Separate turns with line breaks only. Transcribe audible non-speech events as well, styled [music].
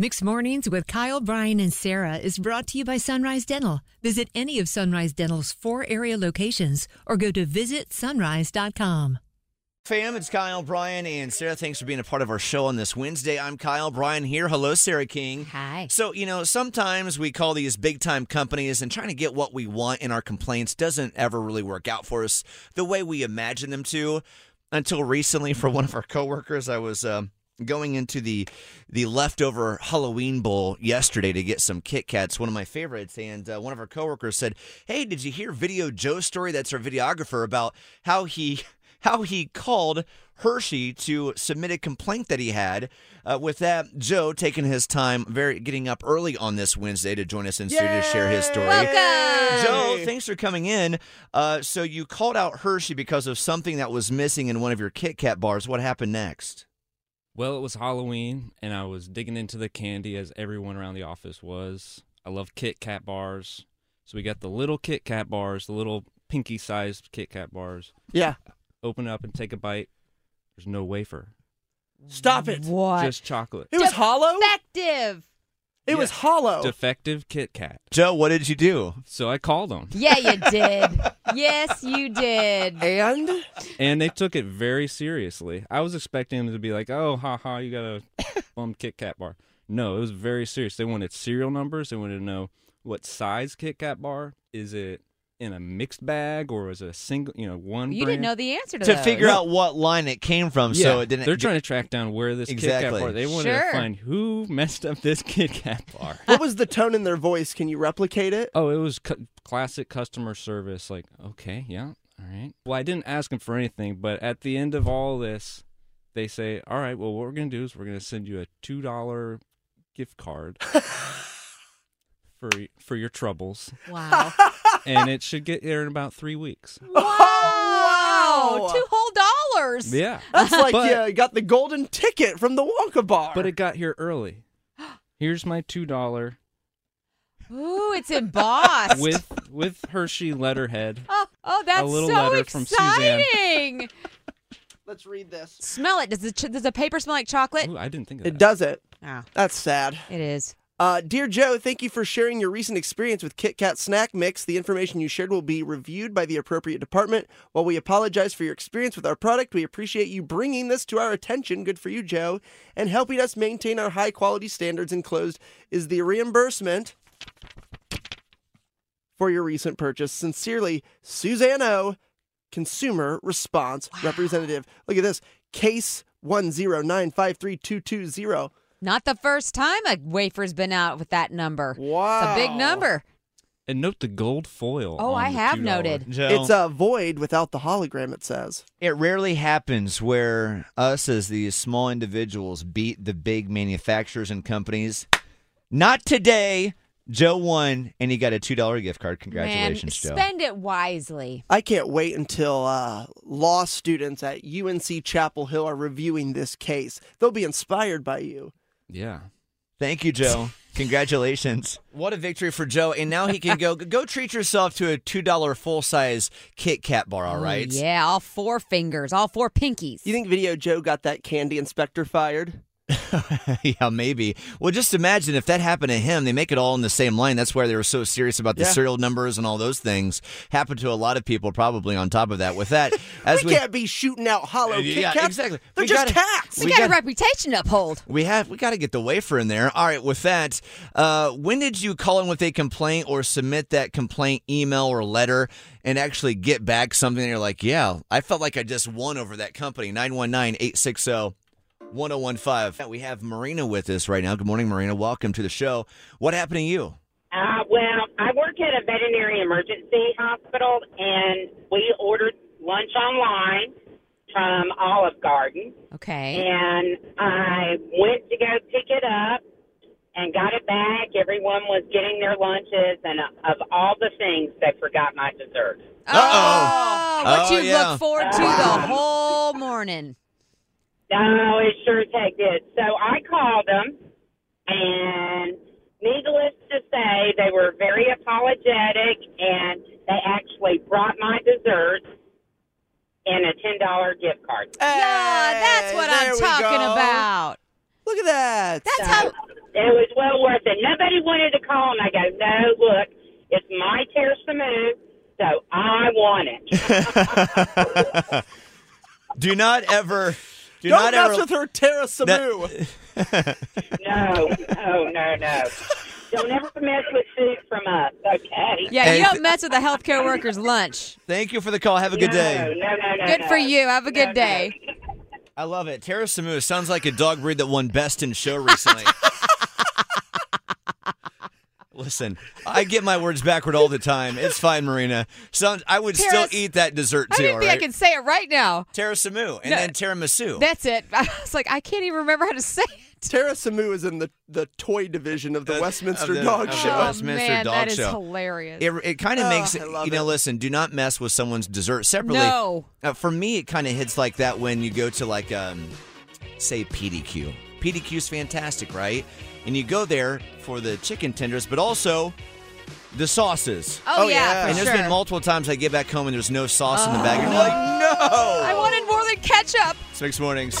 Mixed Mornings with Kyle, Brian, and Sarah is brought to you by Sunrise Dental. Visit any of Sunrise Dental's four area locations or go to visitsunrise.com.
Fam, it's Kyle, Brian, and Sarah. Thanks for being a part of our show on this Wednesday. I'm Kyle, Brian here. Hello, Sarah King.
Hi.
So, you know, sometimes we call these big time companies and trying to get what we want in our complaints doesn't ever really work out for us the way we imagine them to. Until recently, for one of our coworkers, I was. um Going into the the leftover Halloween bowl yesterday to get some Kit Kats, one of my favorites, and uh, one of our coworkers said, "Hey, did you hear Video Joe's story? That's our videographer about how he how he called Hershey to submit a complaint that he had. Uh, with that, Joe taking his time, very getting up early on this Wednesday to join us in studio to share his story.
Welcome.
Joe, thanks for coming in. Uh, so you called out Hershey because of something that was missing in one of your Kit Kat bars. What happened next?
Well, it was Halloween, and I was digging into the candy as everyone around the office was. I love Kit Kat bars. So we got the little Kit Kat bars, the little pinky sized Kit Kat bars.
Yeah.
Open up and take a bite. There's no wafer,
Stop it.
What?
just chocolate.
It was hollow.
Effective.
It was hollow.
Defective Kit Kat.
Joe, what did you do?
So I called them,
Yeah, you did. yes, you did.
and
and they took it very seriously. I was expecting them to be like, oh, ha ha, you got
[laughs]
a bum Kit Kat bar. No, it was very serious. They wanted serial numbers. They wanted to know what size Kit Kat bar. Is it in a mixed bag or is it a single, you know, one
You
brand?
didn't know the answer to,
To
those.
figure out what line it came from, so it didn't.
They're trying to track down where this Kit
Exactly.
Kat bar. They wanted
Sure.
to find who messed up this Kit Kat bar.
[laughs] what was the tone in their voice? Can you replicate [laughs] it?
oh, it was cu- classic customer service. Like, okay, yeah, all right. Well, I didn't ask them for anything, but at the end of all this, they say, "All right, well, what we're gonna do is we're gonna send you a two dollar gift card
[laughs]
for y- for your troubles, [laughs]
Wow.
and it should get there in about
[laughs]
three weeks."
wow.
Oh, [laughs] wow.
Two whole dollars.
Yeah,
It's like
But-
yeah, you got the golden ticket from the Wonka bar.
but it got here
[gasps]
early. Here's my two dollar.
Ooh, it's embossed.
with with Hershey letterhead.
oh, oh, that's
little
so
letter from Suzanne.
exciting.
Let's read this.
smell it. Does the, ch- does the paper smell like chocolate?
Ooh, I didn't think of that.
It does it.
Oh,
That's sad.
it is.
Uh, Dear Joe, thank you for sharing your recent experience with Kit Kat Snack Mix. The information you shared will be reviewed by the appropriate department. While we apologize for your experience with our product, we appreciate you bringing this to our attention. Good for you, Joe. And helping us maintain our high quality standards enclosed is the reimbursement for your recent purchase. Sincerely, Suzanne O., Consumer Response Representative. Look at this case 109532220.
Not the first time a wafer's been out with that number.
Wow.
It's a big number.
And note the gold foil.
Oh,
on
I
the
have
$2.
noted.
Joe,
It's a void without the hologram, it says.
It rarely happens where us as these small individuals beat the big manufacturers and companies. Not today. Joe won, and he got a two dollar gift card. Congratulations,
Man,
Joe.
spend it wisely.
I can't wait until uh, law students at UNC Chapel Hill are reviewing this case. They'll be inspired by you.
Yeah.
Thank you, Joe. Congratulations. [laughs] What a victory for Joe. And now he can go [laughs] go treat yourself to a two dollar full size Kit Kat bar, all
Oh,
right?
yeah, all four fingers, all four pinkies.
You think Video Joe got that candy inspector fired?
[laughs] yeah, maybe. Well, just imagine if that happened to him. They make it all in the same line. That's why they were so serious about the
Yeah.
serial numbers and all those things. Happened to a lot of people, probably on top of that.
[laughs]
With that, as
we,
we,
can't be shooting out hollow
Yeah,
Kit Kats.
exactly.
They're
We gotta-
just cats.
we,
we
got,
got-
a reputation to uphold.
we have we got to get the wafer in there. All right. With that, uh, when did you call in with a complaint or submit that complaint email or letter and actually get back something? That you're like, yeah, I felt like I just won over that company. 919-860. 1015. We have Marina with us right now. Good morning, Marina. Welcome to the show. What happened to you?
Uh, well, I work at a veterinary emergency hospital, and we ordered lunch online from Olive Garden.
Okay.
And I went to go pick it up and got it back. Everyone was getting their lunches, and uh, of all the things, they forgot my dessert.
Uh-oh.
Oh, what
Oh,
you
yeah.
look forward to the whole morning.
No, Oh, it sure as heck did. So I called them, and needless to say, they were very apologetic, and they actually brought my dessert and a ten dollar gift card.
yeah, that's
Hey,
what
there
I'm
we
talking
go.
about.
Look at that.
That's how
it was well worth it. Nobody wanted to call, and I go, no, look, it's my Terrace to move, so I want it.
[laughs] Do not ever. Do not
Don't mess
ever.
with her, Tara Samu.
[laughs]
No, no, no, no. Don't ever mess with food from us, okay?
Yeah,
Hey,
you don't
th-
mess with a healthcare worker's lunch.
Thank you for the call. Have a good
No,
day.
no, no, no.
Good
no.
for you. Have a
No,
good
no.
day.
I love it. Tara Samu sounds like a dog breed that won Best in Show
[laughs]
recently. Listen, I get my words backward all the time. It's fine, Marina. Sounds, I would still
Tara's-
eat that dessert
I
too.
didn't
all
think I
right?
could say it right now.
Tara Samu and
No.
then tiramisu.
That's
[laughs]
it. I was like, I can't even remember how to say it.
Tara Samu is in the, the toy division of the,
The-
Westminster
of the-
Dog
of the
Show.
oh,
Westminster
man,
Dog
that is
Show.
hilarious.
It, it kind of
Oh,
makes
I love
you know.
it.
Listen, do not mess with someone's dessert separately.
no.
Uh, for me, it kind of hits like that when you go to like um, say PDQ. PDQ's fantastic, right? And you go there for the chicken tenders, but also the sauces.
Oh,
Oh, yeah.
yeah, for
and there's
sure.
been multiple times I get back home and there's no sauce in the bag. And you're like,
I wanted more than ketchup.
six mornings.